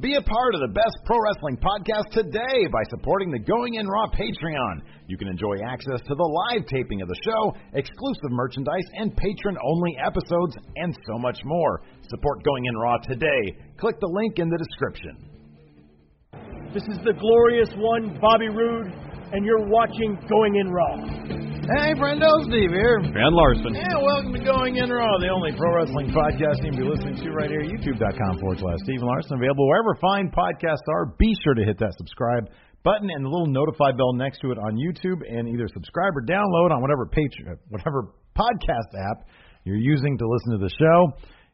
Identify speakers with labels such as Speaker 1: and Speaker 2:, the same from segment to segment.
Speaker 1: Be a part of the best pro wrestling podcast today by supporting the Going In Raw Patreon. You can enjoy access to the live taping of the show, exclusive merchandise, and patron only episodes, and so much more. Support Going In Raw today. Click the link in the description.
Speaker 2: This is the glorious one, Bobby Roode, and you're watching Going In Raw.
Speaker 3: Hey, friendo, Steve here.
Speaker 4: Brad Larson.
Speaker 3: Yeah, welcome to Going In Raw, the only pro wrestling podcast you can be listening to right here, youtube.com forward slash Steven Larson. Available wherever fine podcasts are. Be sure to hit that subscribe button and the little notify bell next to it on YouTube and either subscribe or download on whatever page, uh, whatever podcast app you're using to listen to the show.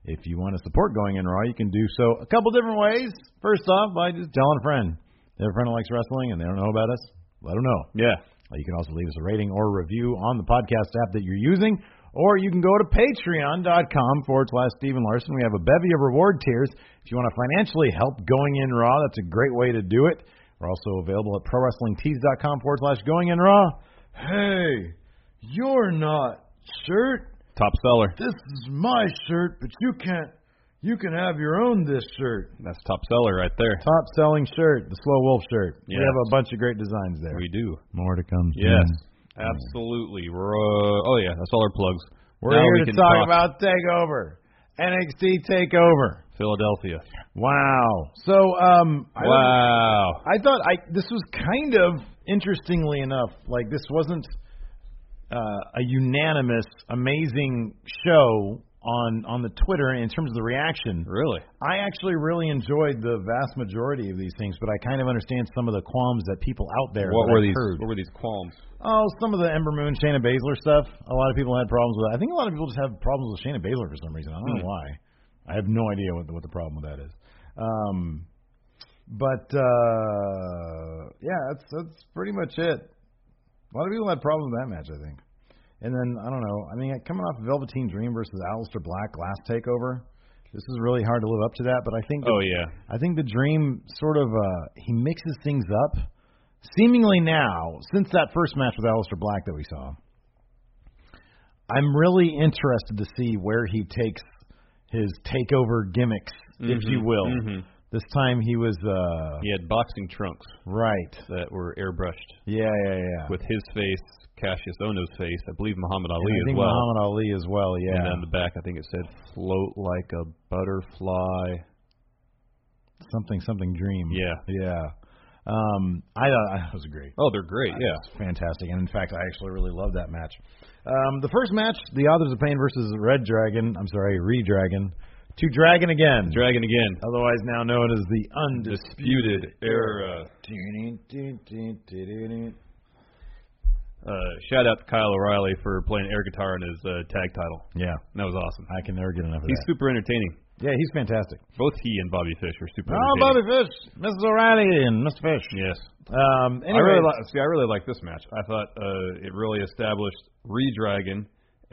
Speaker 3: If you want to support Going In Raw, you can do so a couple different ways. First off, by just telling a friend. If a friend likes wrestling and they don't know about us, let them know.
Speaker 4: Yeah.
Speaker 3: Uh, You can also leave us a rating or review on the podcast app that you're using, or you can go to patreon.com forward slash Stephen Larson. We have a bevy of reward tiers. If you want to financially help Going In Raw, that's a great way to do it. We're also available at prowrestlingtees.com forward slash Going In Raw. Hey, you're not shirt.
Speaker 4: Top seller.
Speaker 3: This is my shirt, but you can't. You can have your own this shirt.
Speaker 4: That's top seller right there.
Speaker 3: Top selling shirt, the Slow Wolf shirt.
Speaker 4: Yes.
Speaker 3: We have a bunch of great designs there.
Speaker 4: We do.
Speaker 3: More to come. soon.
Speaker 4: Yes. Absolutely. We're, uh, oh, yeah. That's all our plugs.
Speaker 3: We're
Speaker 4: Now we
Speaker 3: here to
Speaker 4: can
Speaker 3: talk, about Takeover, NXT Takeover.
Speaker 4: Philadelphia.
Speaker 3: Wow. So, um, I, don't-
Speaker 4: Wow.
Speaker 3: I thought I this was kind of interestingly enough, like this wasn't uh, a unanimous amazing show on on the Twitter in terms of the reaction.
Speaker 4: Really?
Speaker 3: I actually really enjoyed the vast majority of these things, but I kind of understand some of the qualms that people out there
Speaker 4: What
Speaker 3: that
Speaker 4: were
Speaker 3: I've
Speaker 4: these?
Speaker 3: heard.
Speaker 4: What were these qualms?
Speaker 3: Oh, some of the Ember Moon, Shayna Baszler stuff. A lot of people had problems with. That. I think a lot of people just have problems with Shayna Baszler for some reason. I don't know why. I have no idea what the, what the problem with that is. Um, but uh, yeah, that's that's pretty much it. A lot of people had problems with that match, I think. And then I don't know. I mean, coming off Velveteen Dream versus Aleister Black last Takeover, this is really hard to live up to that. But I think that
Speaker 4: Oh yeah.
Speaker 3: I think the dream sort of uh he mixes things up. Seemingly now, since that first match with Aleister Black that we saw, I'm really interested to see where he takes his takeover gimmicks, if you will.
Speaker 4: mhm.
Speaker 3: This time he was uh
Speaker 4: He had boxing trunks
Speaker 3: right.
Speaker 4: that were airbrushed
Speaker 3: Yeah, yeah, yeah.
Speaker 4: with his face, Cassius Ono's face, I believe Muhammad Ali
Speaker 3: And I
Speaker 4: as
Speaker 3: think
Speaker 4: well.
Speaker 3: Muhammad Ali as well, yeah.
Speaker 4: And on the back, I think it said "float like a butterfly."
Speaker 3: something something dream.
Speaker 4: Yeah.
Speaker 3: Yeah. Um I thought that was great.
Speaker 4: Oh, they're great. Yeah.
Speaker 3: It's fantastic. And in fact, I actually really love that match. Um, the first match, the Authors of Pain versus Red Dragon. I'm sorry, Re Dragon. To Dragon again.
Speaker 4: Dragon again.
Speaker 3: Otherwise now known as the Undisputed
Speaker 4: Disputed era.
Speaker 3: Era.
Speaker 4: Uh, shout out to Kyle O'Reilly for playing air guitar in his uh, tag title.
Speaker 3: Yeah,
Speaker 4: That was awesome.
Speaker 3: I can never get enough of
Speaker 4: He's
Speaker 3: that.
Speaker 4: super entertaining.
Speaker 3: Yeah, he's fantastic.
Speaker 4: Both he and Bobby Fish are super.
Speaker 3: Oh, Bobby
Speaker 4: entertaining.
Speaker 3: Fish, Mrs. O'Reilly, and Mr. Fish.
Speaker 4: Yes.
Speaker 3: Um,
Speaker 4: I
Speaker 3: anyway,
Speaker 4: really li- see. I really like this match. I thought uh, it really established Redragon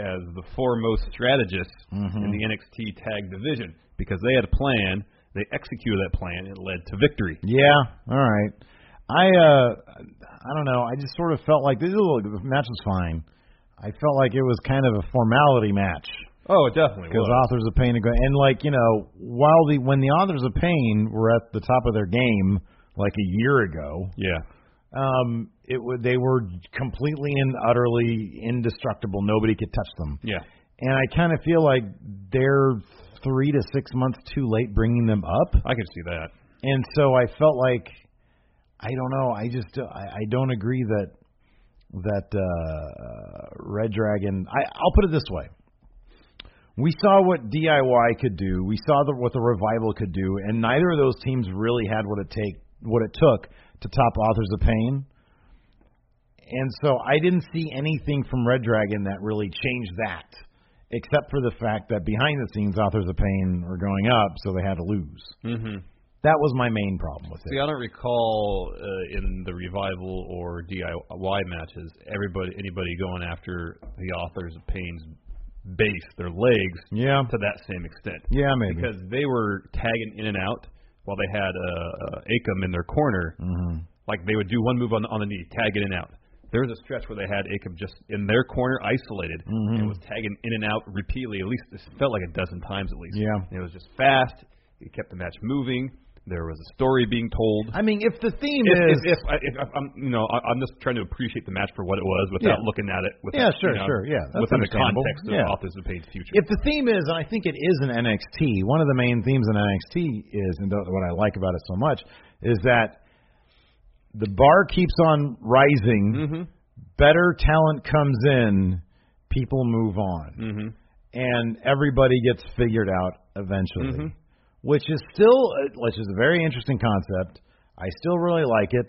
Speaker 4: as the foremost strategist in the NXT tag division because they had a plan. They executed that plan. It led to victory.
Speaker 3: Yeah, all right. I uh I don't know. I just sort of felt like this little the match was fine. I felt like it was kind of a formality match.
Speaker 4: Oh, it definitely
Speaker 3: because
Speaker 4: was.
Speaker 3: authors of pain are going and like you know while the when the authors of pain were at the top of their game like a year ago
Speaker 4: yeah.
Speaker 3: um it would they were completely and utterly indestructible nobody could touch them
Speaker 4: Yeah.
Speaker 3: and i kind of feel like they're three to six months too late bringing them up
Speaker 4: I can see that.
Speaker 3: and so i felt like i don't know i just uh, i, I don't agree that that uh red dragon i i'll put it this way we saw what DIY could do. We saw the, what the revival could do, and neither of those teams really had what it take what it took to top Authors of Pain. And so I didn't see anything from Red Dragon that really changed that, except for the fact that behind the scenes Authors of Pain were going up, so they had to lose.
Speaker 4: Mm-hmm.
Speaker 3: That was my main problem with
Speaker 4: See,
Speaker 3: it.
Speaker 4: I don't recall uh, in the revival or DIY matches everybody anybody going after the authors of Pain's base, their legs,
Speaker 3: Yeah.
Speaker 4: to that same extent.
Speaker 3: Yeah, maybe.
Speaker 4: because they were tagging in and out while they had uh, uh, Akam in their corner. Mm-hmm. Like they would do one move on on the knee, tag it in and out. There was a stretch where they had Akam just in their corner, isolated,
Speaker 3: Mm-hmm.
Speaker 4: and was tagging in and out repeatedly. At least it felt like a dozen times at least.
Speaker 3: Yeah.
Speaker 4: and it was just fast. It kept the match moving. There was a story being told.
Speaker 3: I mean, if the theme
Speaker 4: If,
Speaker 3: is
Speaker 4: if, if, I, if I'm, you know, I- I'm just trying to appreciate the match for what it was
Speaker 3: Yeah.
Speaker 4: without looking at it.
Speaker 3: Yeah,
Speaker 4: Without,
Speaker 3: sure,
Speaker 4: you know,
Speaker 3: sure, yeah, that's
Speaker 4: within the
Speaker 3: understandable.
Speaker 4: context of
Speaker 3: Yeah.
Speaker 4: authors of Pain's future.
Speaker 3: If the theme is, and I think it is in NXT, one of the main themes in NXT is, and th- what I like about it so much, is that the bar keeps on rising, better talent comes in, people move on, and everybody gets figured out eventually, which is still, uh, which is a very interesting concept. I still really like it.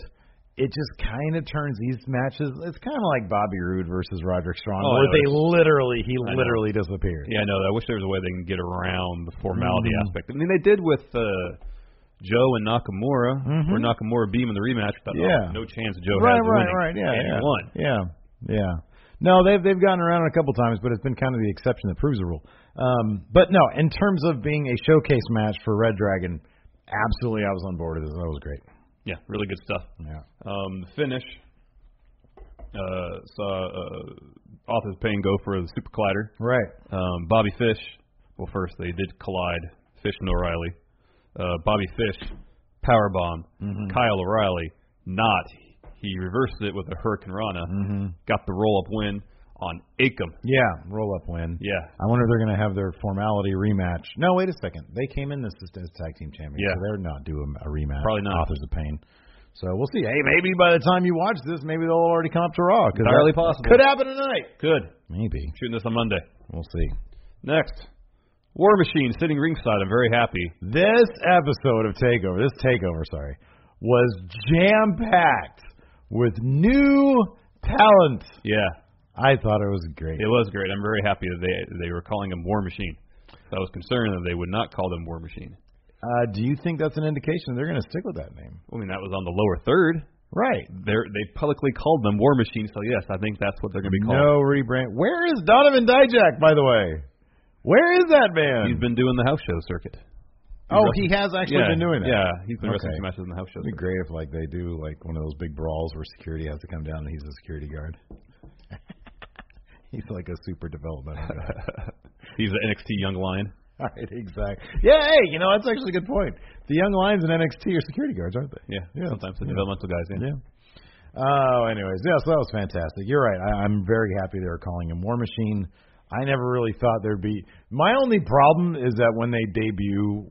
Speaker 3: It just kind of turns these matches. It's kind of like Bobby Roode versus Roderick Strong,
Speaker 4: Oh, I
Speaker 3: where
Speaker 4: know.
Speaker 3: they literally he
Speaker 4: I know.
Speaker 3: literally disappears.
Speaker 4: Yeah, I know. I wish there was a way they can get around the formality
Speaker 3: Mhm.
Speaker 4: aspect. I mean, they did with uh, Joe and Nakamura,
Speaker 3: Mhm.
Speaker 4: where Nakamura beam in the rematch. Thought,
Speaker 3: Yeah.
Speaker 4: oh, no chance. Joe
Speaker 3: right,
Speaker 4: has
Speaker 3: right,
Speaker 4: winning.
Speaker 3: right. Yeah,
Speaker 4: and
Speaker 3: yeah,
Speaker 4: he won.
Speaker 3: yeah, yeah. No, they've they've gotten around a couple times, but it's been kind of the exception that proves the rule. Um, but no, in terms of being a showcase match for Red Dragon, absolutely, I was on board with it. That was great.
Speaker 4: Yeah, really good stuff.
Speaker 3: Yeah.
Speaker 4: Um, the finish uh, saw uh, Authors Payne go for the Super Collider.
Speaker 3: Right.
Speaker 4: Um, Bobby Fish. Well, first they did collide. Fish and O'Reilly. Uh, Bobby Fish powerbomb. Kyle O'Reilly not. He reversed it with a Hurricane Rana. Got the roll up win on Akam.
Speaker 3: Yeah. Roll up win.
Speaker 4: Yeah.
Speaker 3: I wonder if they're going to have their formality rematch. No, wait a second. They came in this as as tag team champions,
Speaker 4: Yeah.
Speaker 3: so they're not doing a rematch.
Speaker 4: Probably not.
Speaker 3: Authors of Pain. So we'll see. Hey, maybe by the time you watch this, maybe they'll already comp to Raw. 'cause
Speaker 4: Entirely
Speaker 3: that
Speaker 4: possible.
Speaker 3: Could happen tonight.
Speaker 4: Good.
Speaker 3: Maybe.
Speaker 4: Shooting this on Monday.
Speaker 3: We'll see.
Speaker 4: Next. War Machine sitting ringside. I'm very happy.
Speaker 3: This episode of Takeover, this Takeover, sorry, was jam packed with new talent.
Speaker 4: Yeah.
Speaker 3: I thought it was great.
Speaker 4: It was great. I'm very happy that they they were calling him War Machine. I was concerned that they would not call them War Machine.
Speaker 3: Uh, do you think that's an indication they're going to stick with that name?
Speaker 4: I mean, that was on the lower third.
Speaker 3: Right.
Speaker 4: They're, they publicly called them War Machines, so yes, I think that's what they're going to be called.
Speaker 3: No rebrand. Where is Donovan Dijak, by the way? Where is that man?
Speaker 4: He's been doing the house show circuit.
Speaker 3: oh, he has actually
Speaker 4: yeah,
Speaker 3: been doing that.
Speaker 4: Yeah, he's been
Speaker 3: Okay.
Speaker 4: wrestling some matches in the house show.
Speaker 3: It'd be great if like they do like one of those big brawls where security has to come down and he's a security guard. he's like a super developmental guy.
Speaker 4: circuit. He's the NXT Young Lion.
Speaker 3: All right, exactly. Yeah, hey, you know that's actually a good point. The young lions in NXT are security guards, aren't they?
Speaker 4: Yeah,
Speaker 3: Yeah,
Speaker 4: sometimes the
Speaker 3: yeah.
Speaker 4: developmental guys. Yeah.
Speaker 3: Yeah. Oh, anyways, yeah, so that was fantastic. You're right. I, I'm very happy they were calling him War Machine. I never really thought there'd be. My only problem is that when they debut,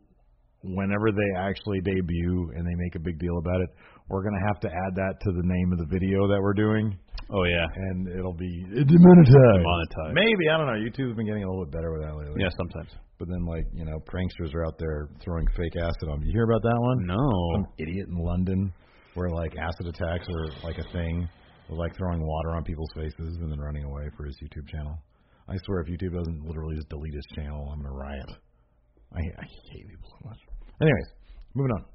Speaker 3: whenever they actually debut and they make a big deal about it, we're gonna have to add that to the name of the video that we're doing,
Speaker 4: Oh yeah,
Speaker 3: and it'll be demonetized.
Speaker 4: Demonetized.
Speaker 3: Maybe I don't know. YouTube's been getting a little bit better with that lately.
Speaker 4: yeah, sometimes.
Speaker 3: But then, like, you know, pranksters are out there throwing fake acid on. You hear about that one?
Speaker 4: No.
Speaker 3: Some idiot in London where, like, acid attacks are, like, a thing. Was, like, throwing water on people's faces and then running away for his YouTube channel. I swear, if YouTube doesn't literally just delete his channel, I'm going to riot. I, I hate people so much. Anyways, moving on.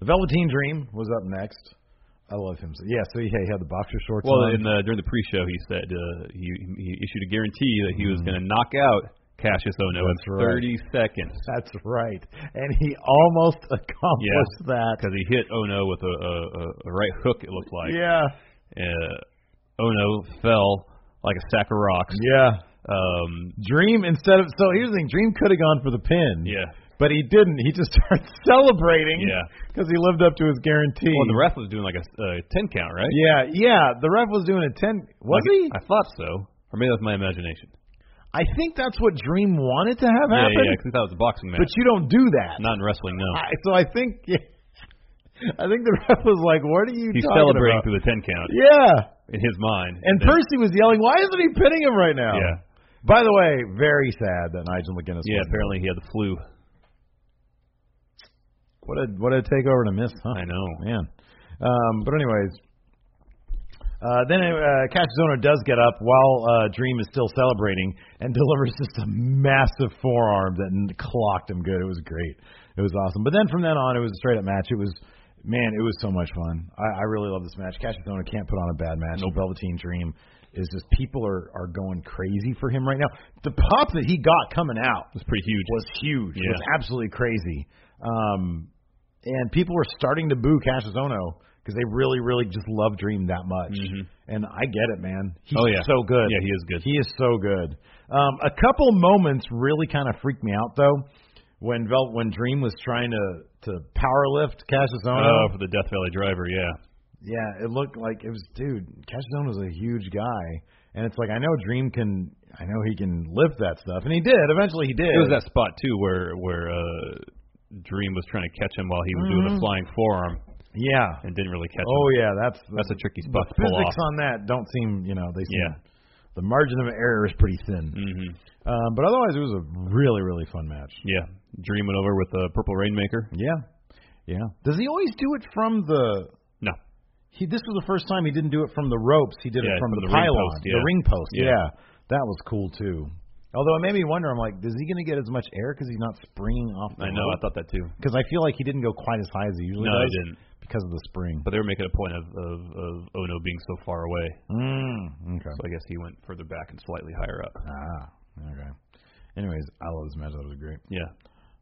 Speaker 3: The Velveteen Dream was up next. I love him. So, yeah, so he, he had the boxer shorts
Speaker 4: Well,
Speaker 3: on.
Speaker 4: in the, during the pre-show, he said uh, he he issued a guarantee that he was going to knock out Cassius Ono
Speaker 3: Mm. That's
Speaker 4: in
Speaker 3: right.
Speaker 4: 30 seconds
Speaker 3: That's right. And he almost accomplished that.
Speaker 4: because he hit Ono with a, a, a- a right hook. It looked like.
Speaker 3: Yeah.
Speaker 4: Uh, Ono fell like a sack of rocks.
Speaker 3: Yeah.
Speaker 4: Um,
Speaker 3: Dream instead of so here's the thing. Dream could have gone for the pin.
Speaker 4: yeah.
Speaker 3: But he didn't. He just started celebrating.
Speaker 4: Yeah.
Speaker 3: Because he lived up to his guarantee.
Speaker 4: Well, Oh, the ref was doing like a uh, ten count, right?
Speaker 3: yeah, yeah. The ref was doing a ten. Was
Speaker 4: Like,
Speaker 3: he?
Speaker 4: I thought so, or maybe that's my imagination.
Speaker 3: I think that's what Dream wanted to have
Speaker 4: Yeah,
Speaker 3: happen.
Speaker 4: yeah, because I thought it was a boxing match.
Speaker 3: But Ah, you don't do that.
Speaker 4: Not in wrestling, no.
Speaker 3: I, so I think. Yeah, I think the ref was like, "What are you
Speaker 4: He's
Speaker 3: talking
Speaker 4: celebrating
Speaker 3: about?"
Speaker 4: through the ten count
Speaker 3: yeah.
Speaker 4: in his mind.
Speaker 3: And
Speaker 4: then-
Speaker 3: Percy was yelling, "Why isn't he pinning him right now?"
Speaker 4: Yeah.
Speaker 3: By the way, very sad that Nigel McGuinness.
Speaker 4: Yeah,
Speaker 3: wasn't.
Speaker 4: apparently he had the flu.
Speaker 3: What a what a takeover to miss, huh?
Speaker 4: I know.
Speaker 3: man. Um, but anyways, uh, then uh, Cachizona does get up while uh, Dream is still celebrating and delivers just a massive forearm that n- clocked him good. It was great. It was awesome. But then from then on, it was a straight up match. It was. Man, it was so much fun. I, I really love this match. Cachizona can't put on a bad match. No Velveteen Dream is just people are are going crazy for him right now. The pop that he got coming out
Speaker 4: It was pretty huge.
Speaker 3: was huge. It
Speaker 4: Yeah.
Speaker 3: was absolutely crazy. Um, and people were starting to boo Cashizono because they really, really just love Dream that much. And I get it, man. He's
Speaker 4: Mm-hmm. Oh, yeah.
Speaker 3: so good.
Speaker 4: Yeah, he is good.
Speaker 3: He is so good. Um, a couple moments really kind of freaked me out though. When Vel- when Dream was trying to to power lift Cashizono,
Speaker 4: Oh, for the Death Valley driver, yeah.
Speaker 3: yeah, it looked like it was, dude. Cashzone was a huge guy, and it's like I know Dream can, I know he can lift that stuff, and he did. Eventually, he did.
Speaker 4: It was that spot too where where uh Dream was trying to catch him while he was doing the flying forearm
Speaker 3: yeah,
Speaker 4: and didn't really catch
Speaker 3: Mm-hmm. Oh
Speaker 4: him.
Speaker 3: yeah, that's
Speaker 4: That's a tricky spot
Speaker 3: The
Speaker 4: to pull
Speaker 3: physics
Speaker 4: off.
Speaker 3: on that don't seem, you know, they seem.
Speaker 4: Yeah.
Speaker 3: The margin of error is pretty thin.
Speaker 4: Mhm.
Speaker 3: Um, but otherwise, it was a really, really fun match.
Speaker 4: Yeah. Dream went over with the Purple Rainmaker.
Speaker 3: Yeah, yeah. Does he always do it from the?
Speaker 4: No.
Speaker 3: He this was the first time he didn't do it from the ropes. He did it
Speaker 4: Yeah,
Speaker 3: from,
Speaker 4: from
Speaker 3: the,
Speaker 4: the ring
Speaker 3: pylon,
Speaker 4: post, yeah.
Speaker 3: the ring post.
Speaker 4: Yeah.
Speaker 3: that was cool too. Although it made me wonder, I'm like, is he going to get as much air because he's not springing off? The
Speaker 4: I know, I thought that too.
Speaker 3: because I feel like he didn't go quite as high as he usually
Speaker 4: No, he
Speaker 3: does
Speaker 4: didn't.
Speaker 3: because of the spring.
Speaker 4: But they were making a point of, of, of Ono being so far away.
Speaker 3: mm, okay.
Speaker 4: So I guess he went further back and slightly higher up.
Speaker 3: Ah, okay. Anyways, I love this match. That was great.
Speaker 4: Yeah.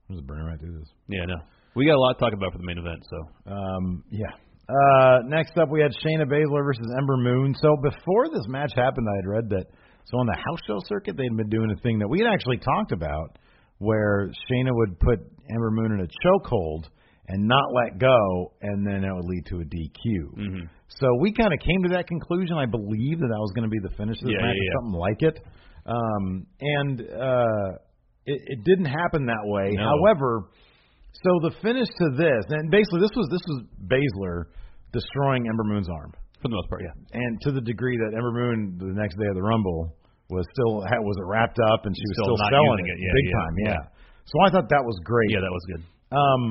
Speaker 3: I'm just burning right through this.
Speaker 4: Yeah, no. We got a lot to talk about for the main event, so
Speaker 3: Um, yeah. Uh, next up, we had Shayna Baszler versus Ember Moon. So before this match happened, I had read that so on the house show circuit they had been doing a thing that we had actually talked about, where Shayna would put Ember Moon in a chokehold and not let go, and then it would lead to a DQ.
Speaker 4: Mm-hmm.
Speaker 3: So we kind of came to that conclusion. I believe that that was going to be the finish of the
Speaker 4: Yeah,
Speaker 3: match,
Speaker 4: yeah,
Speaker 3: or
Speaker 4: yeah.
Speaker 3: something like it. Um, and uh, it, it didn't happen that way.
Speaker 4: No.
Speaker 3: However. So the finish to this, and basically this was this was Baszler destroying Ember Moon's arm,
Speaker 4: for the most part, yeah.
Speaker 3: and to the degree that Ember Moon the next day of the Rumble was still had, was it wrapped up and she was
Speaker 4: Still
Speaker 3: still,
Speaker 4: not
Speaker 3: selling it,
Speaker 4: using it. Yeah,
Speaker 3: big
Speaker 4: yeah,
Speaker 3: time,
Speaker 4: yeah.
Speaker 3: yeah. So I thought that was great.
Speaker 4: Yeah, that was good.
Speaker 3: Um,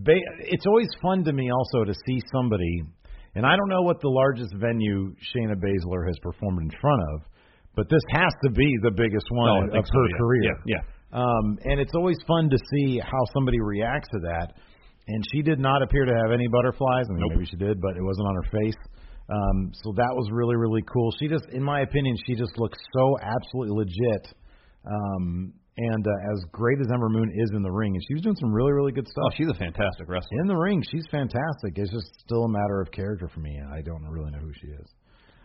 Speaker 3: ba it's always fun to me also to see somebody, and I don't know what the largest venue Shayna Baszler has performed in front of, but this has to be the biggest
Speaker 4: No,
Speaker 3: one of her
Speaker 4: I think so, Oh, yeah.
Speaker 3: career.
Speaker 4: Yeah, yeah.
Speaker 3: Um, and it's always fun to see how somebody reacts to that. And she did not appear to have any butterflies. I mean, maybe she did, but it wasn't on her face. Um, so that was really, really cool. She just, in my opinion, she just looks so absolutely legit. Um, and uh, as great as Ember Moon is in the ring, and she was doing some really, really good
Speaker 4: Oh,
Speaker 3: stuff.
Speaker 4: she's a fantastic wrestler.
Speaker 3: in the ring, she's fantastic. It's just still a matter of character for me. I don't really know who she is.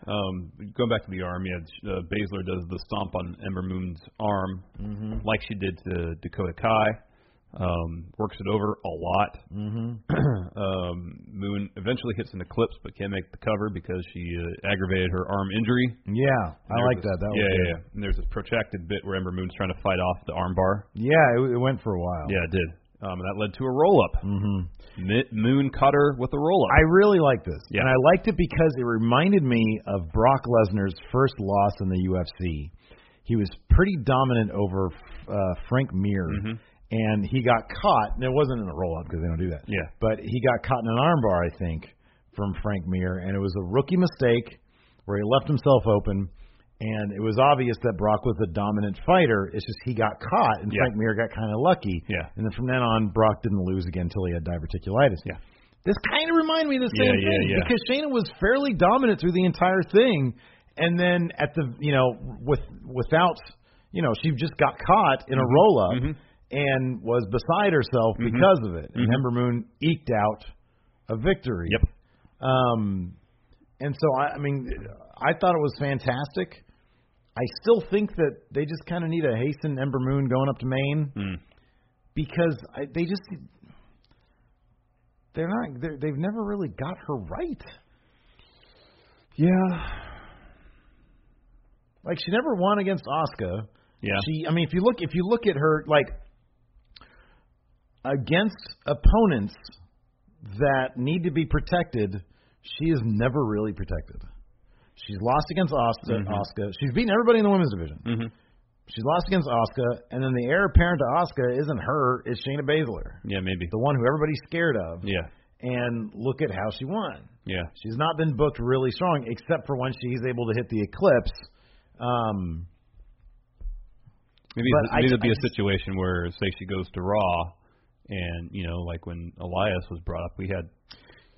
Speaker 4: Um, going back to the arm, yeah, uh, Baszler does the stomp on Ember Moon's arm, like she did to Dakota Kai. Um, works it over a lot. Mm-hmm. um, Moon eventually hits an eclipse, but can't make the cover because she uh, aggravated her arm injury.
Speaker 3: Yeah, I
Speaker 4: There's
Speaker 3: like
Speaker 4: this-
Speaker 3: that. That was
Speaker 4: yeah,
Speaker 3: good.
Speaker 4: yeah, yeah. And there's this protracted bit where Ember Moon's trying to fight off the arm bar.
Speaker 3: Yeah, it, it went for a while.
Speaker 4: Yeah, it did. Um, that led to a roll up. Mm-hmm. Moon cut her with a roll up.
Speaker 3: I really like this,
Speaker 4: Yeah.
Speaker 3: and I liked it because it reminded me of Brock Lesnar's first loss in the UFC. He was pretty dominant over uh, Frank Mir,
Speaker 4: Mm-hmm.
Speaker 3: and he got caught. And it wasn't in a roll up because they don't do that.
Speaker 4: Yeah.
Speaker 3: but he got caught in an armbar, I think, from Frank Mir, and it was a rookie mistake where he left himself open. And it was obvious that Brock was the dominant fighter. It's just he got caught, and
Speaker 4: Yeah.
Speaker 3: Frank Mir got kind of lucky.
Speaker 4: Yeah.
Speaker 3: And then from then on, Brock didn't lose again until he had diverticulitis.
Speaker 4: Yeah.
Speaker 3: This kind of reminded me of the
Speaker 4: Yeah,
Speaker 3: same
Speaker 4: yeah,
Speaker 3: thing
Speaker 4: yeah.
Speaker 3: because Shayna was fairly dominant through the entire thing, and then at the you know with without you know she just got caught in a
Speaker 4: Mm-hmm.
Speaker 3: roll up and was beside herself because of it. And Ember Moon eked out a victory.
Speaker 4: Mm-hmm. Yep.
Speaker 3: Um, and so I, I mean, I thought it was fantastic. I still think that they just kind of need a Hasten Ember Moon going up to Maine
Speaker 4: Mm.
Speaker 3: because I, they just they're not they're, they've never really got her right.
Speaker 4: Yeah.
Speaker 3: Like she never won against Oscar.
Speaker 4: Yeah.
Speaker 3: She I mean if you look if you look at her like against opponents that need to be protected, she is never really protected. She's lost against Oscar.
Speaker 4: Mm-hmm.
Speaker 3: Oscar. She's beaten everybody in the women's division.
Speaker 4: Mhm.
Speaker 3: She's lost against Oscar, and then the heir apparent to Oscar isn't her, it's Shayna Baszler,
Speaker 4: Yeah, maybe.
Speaker 3: the one who everybody's scared of.
Speaker 4: Yeah.
Speaker 3: And look at how she won.
Speaker 4: Yeah.
Speaker 3: She's not been booked really strong, except for when she's able to hit the eclipse. Um,
Speaker 4: Maybe
Speaker 3: But
Speaker 4: it's-
Speaker 3: I-
Speaker 4: maybe it'll be
Speaker 3: I
Speaker 4: a
Speaker 3: just-
Speaker 4: situation where say she goes to Raw and, you know, like when Elias was brought up, we had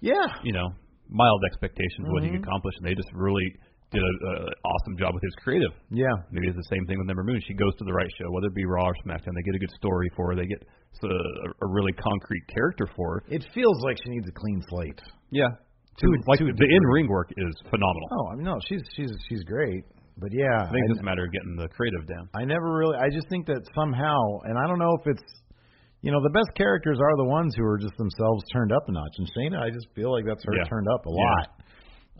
Speaker 3: yeah,
Speaker 4: you know, mild expectations of what he could
Speaker 3: Mm-hmm.
Speaker 4: accomplish, and they just really did an awesome job with his creative.
Speaker 3: yeah,
Speaker 4: Maybe it's the same thing with Ember Moon. She goes to the right show, whether it be Raw or SmackDown. They get a good story for her. They get s- a, a really concrete character for her.
Speaker 3: it feels like she needs a clean slate.
Speaker 4: Yeah.
Speaker 3: To-
Speaker 4: like
Speaker 3: to a
Speaker 4: the in ring work is phenomenal.
Speaker 3: Oh, I mean, no, she's she's she's great, but yeah,
Speaker 4: I think it's
Speaker 3: I-
Speaker 4: just a matter of getting the creative down.
Speaker 3: I never really. I just think that somehow, and I don't know if it's, you know, the best characters are the ones who are just themselves turned up a notch. And Shayna, I just feel like that's her
Speaker 4: Yeah.
Speaker 3: turned up a
Speaker 4: Yeah.
Speaker 3: lot.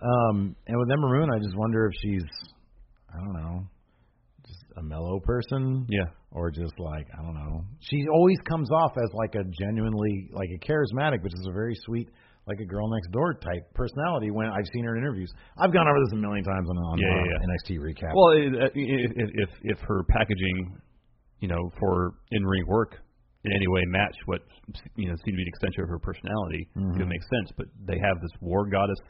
Speaker 3: Um, and with Ember Moon, I just wonder if she's, I don't know, just a mellow person.
Speaker 4: Yeah.
Speaker 3: Or just like I don't know. She always comes off as like a genuinely like a charismatic, which is a very sweet, like a girl next door type personality. When I've seen her in interviews, I've gone over this a million times on on
Speaker 4: Yeah, yeah,
Speaker 3: on
Speaker 4: yeah.
Speaker 3: NXT recap.
Speaker 4: Well, i- i- if if, if her packaging, you know, for in ring work in any way match what you know seemed to be an extension of her personality, it would make sense. But they have this war goddess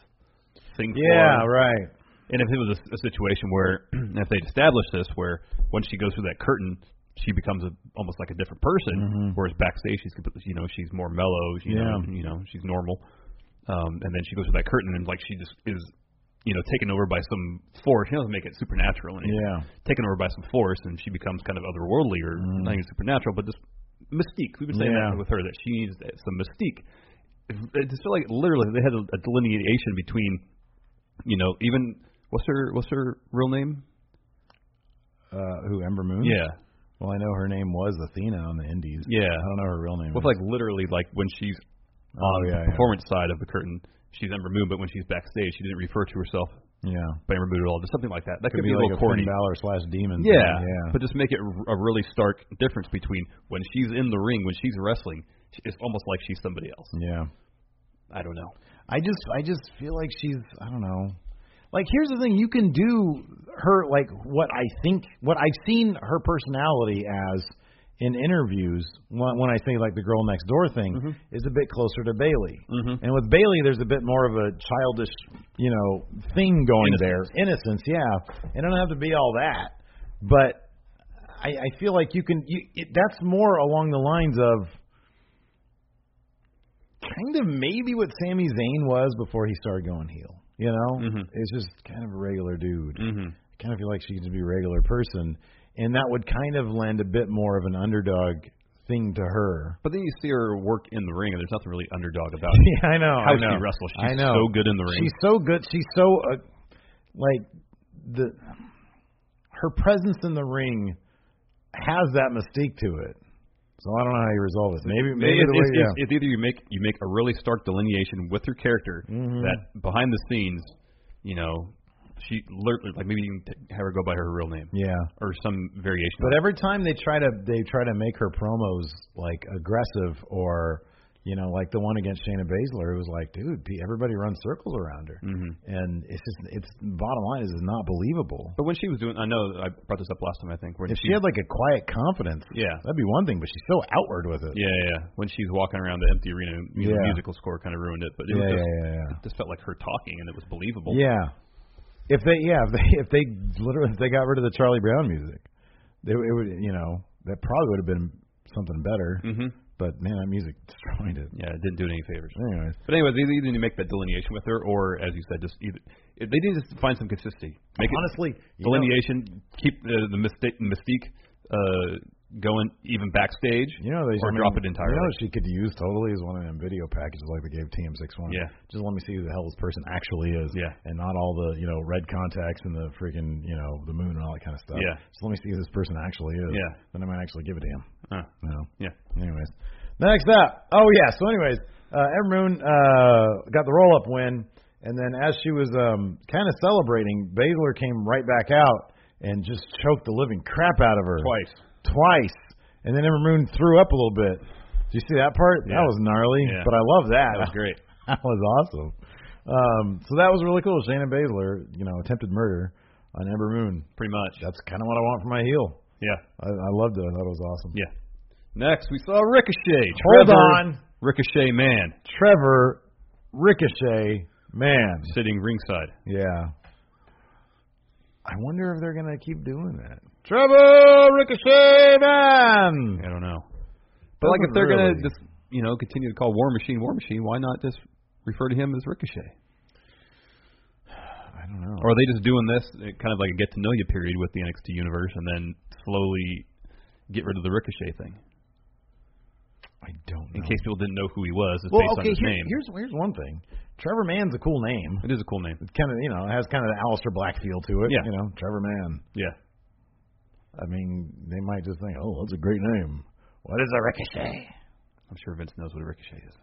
Speaker 4: thing.
Speaker 3: yeah,
Speaker 4: for her.
Speaker 3: right.
Speaker 4: And if it was a, a situation where, if they'd established this, where once she goes through that curtain, she becomes a, almost like a different person, whereas backstage she's, completely- you know, she's more mellow, you know,
Speaker 3: Yeah.
Speaker 4: you know, she's normal. Um, and then she goes through that curtain and like she just is, you know, taken over by some force. She doesn't make it supernatural, and
Speaker 3: Yeah.
Speaker 4: taken over by some force, and she becomes kind of otherworldly or not even supernatural, but just mystique. We've been saying
Speaker 3: Mm. Yeah.
Speaker 4: that with her that she needs some mystique. I just feel like literally they had a, a delineation between you know, even what's her what's her real name?
Speaker 3: Uh, who Ember Moon? Well, I know her name was Athena on the Indies.
Speaker 4: Yeah.
Speaker 3: I don't know her real name.
Speaker 4: Well, it's like literally like when she's
Speaker 3: oh
Speaker 4: on
Speaker 3: yeah,
Speaker 4: the performance side of the curtain, she's Ember Moon, but when she's backstage, she didn't refer to herself
Speaker 3: yeah. yeah.
Speaker 4: by Ember Moon at all. Just something like that. That could,
Speaker 3: Could
Speaker 4: be,
Speaker 3: be
Speaker 4: a
Speaker 3: like a
Speaker 4: little corny.
Speaker 3: Finn Balor slash demon. thing,
Speaker 4: Yeah,
Speaker 3: yeah.
Speaker 4: But just make it r- a really stark difference between when she's in the ring, when she's wrestling, she- it's almost like she's somebody else.
Speaker 3: yeah.
Speaker 4: I don't know.
Speaker 3: I just I just feel like she's I don't know. Like here's the thing, you can do her like what I think what I've seen her personality as in interviews when, when I say like the girl next door thing
Speaker 4: Mm-hmm.
Speaker 3: is a bit closer to Bailey.
Speaker 4: Mhm.
Speaker 3: And with Bailey there's a bit more of a childish, you know, thing going
Speaker 4: Innocence.
Speaker 3: there. Innocence, yeah. And it don't have to be all that. But I, I feel like you can you it, that's more along the lines of kind of maybe what Sami Zayn was before he started going heel. You know,
Speaker 4: Mhm.
Speaker 3: it's just kind of a regular dude.
Speaker 4: Mm-hmm.
Speaker 3: I kind of feel like she could just be a regular person, and that would kind of lend a bit more of an underdog thing to her.
Speaker 4: But then you see her work in the ring, and there's nothing really underdog about it.
Speaker 3: yeah, I know.
Speaker 4: How
Speaker 3: I
Speaker 4: she
Speaker 3: know.
Speaker 4: wrestles,
Speaker 3: I
Speaker 4: she's
Speaker 3: know.
Speaker 4: so good in the ring.
Speaker 3: She's so good. She's so uh, like the her presence in the ring has that mystique to it. So I don't know how you resolve it. Maybe maybe
Speaker 4: It-
Speaker 3: the way,
Speaker 4: it's,
Speaker 3: yeah.
Speaker 4: it's- it's either you make you make a really stark delineation with her character
Speaker 3: Mm-hmm.
Speaker 4: that behind the scenes, you know, she literally like maybe you can t- have her go by her real name
Speaker 3: yeah.
Speaker 4: or some variation.
Speaker 3: But every time they try to they try to make her promos like aggressive or you know like the one against Shayna Baszler, it was like, dude, pe- everybody runs circles around her, mm-hmm. and it's just it's bottom line is it's not believable.
Speaker 4: but when she was doing, I know I brought this up last time I think when
Speaker 3: If she had like a quiet confidence,
Speaker 4: Yeah.
Speaker 3: that'd be one thing. But she's so outward with it.
Speaker 4: yeah, yeah yeah when she's walking around the empty arena, you know,
Speaker 3: Yeah.
Speaker 4: the musical score kind of ruined it. But it was
Speaker 3: yeah,
Speaker 4: just,
Speaker 3: yeah, yeah,
Speaker 4: it just felt like her talking and it was believable.
Speaker 3: yeah. Yeah. If they yeah if they if they literally if they got rid of the Charlie Brown music, they it would you know that probably would have been something better.
Speaker 4: Mhm.
Speaker 3: But man, that music destroyed it.
Speaker 4: yeah, it didn't do it any favors.
Speaker 3: Anyways.
Speaker 4: But anyways, they either need to make that delineation with her, or as you said, just either they need to just find some consistency. Make it
Speaker 3: Honestly, you know-
Speaker 4: delineation, keep the, the mystique, mystique uh, going even backstage.
Speaker 3: You know, they I
Speaker 4: or
Speaker 3: mean,
Speaker 4: drop it entirely.
Speaker 3: You know, what she could use totally is one of them video packages like they gave TM61.
Speaker 4: Yeah.
Speaker 3: just let me see who the hell this person actually is.
Speaker 4: Yeah.
Speaker 3: and not all the you know red contacts and the freaking you know the moon and all that kind of stuff.
Speaker 4: Yeah.
Speaker 3: just let me see who this person actually is.
Speaker 4: Yeah.
Speaker 3: then I might actually give a damn.
Speaker 4: Huh.
Speaker 3: You know.
Speaker 4: Yeah.
Speaker 3: Anyways, next up. Oh yeah. So anyways, uh, Evermoon uh, got the roll up win, and then as she was um, kind of celebrating, Baszler came right back out and just choked the living crap out of her
Speaker 4: Twice.
Speaker 3: twice, and then Evermoon threw up a little bit. Did you see that part?
Speaker 4: Yeah.
Speaker 3: That was gnarly,
Speaker 4: Yeah.
Speaker 3: but I love that.
Speaker 4: That was great.
Speaker 3: that was awesome. Um, so that was really cool. Shannon Baszler, you know, attempted murder on Ember Moon.
Speaker 4: Pretty much.
Speaker 3: That's kind of what I want for my heel.
Speaker 4: Yeah.
Speaker 3: I, I loved it. I thought it was awesome.
Speaker 4: Yeah. Next, we saw Ricochet.
Speaker 3: Hold
Speaker 4: Trevor,
Speaker 3: on.
Speaker 4: Ricochet man
Speaker 3: Trevor Ricochet, man.
Speaker 4: sitting ringside.
Speaker 3: Yeah. I wonder if they're gonna keep doing that.
Speaker 4: Trevor
Speaker 3: Ricochet, man.
Speaker 4: I don't know. But like
Speaker 3: Doesn't
Speaker 4: if they're
Speaker 3: really-
Speaker 4: gonna just you know continue to call War Machine War Machine, why not just refer to him as Ricochet?
Speaker 3: I don't know.
Speaker 4: Or are they just doing this uh, kind of like a get to know you period with the NXT universe and then slowly get rid of the Ricochet thing
Speaker 3: I don't
Speaker 4: in
Speaker 3: know.
Speaker 4: case people didn't know who he was it's
Speaker 3: well,
Speaker 4: based
Speaker 3: okay.
Speaker 4: on his
Speaker 3: here-
Speaker 4: name.
Speaker 3: Here's here's one thing. Trevor Mann's a cool name.
Speaker 4: It is a cool name.
Speaker 3: It's kind of you know it has kind of the Alistair Black feel to it.
Speaker 4: Yeah.
Speaker 3: You know, Trevor Mann.
Speaker 4: Yeah.
Speaker 3: I mean, they might just think, oh, that's a great name. What is a ricochet?
Speaker 4: I'm sure Vince knows what a Ricochet is.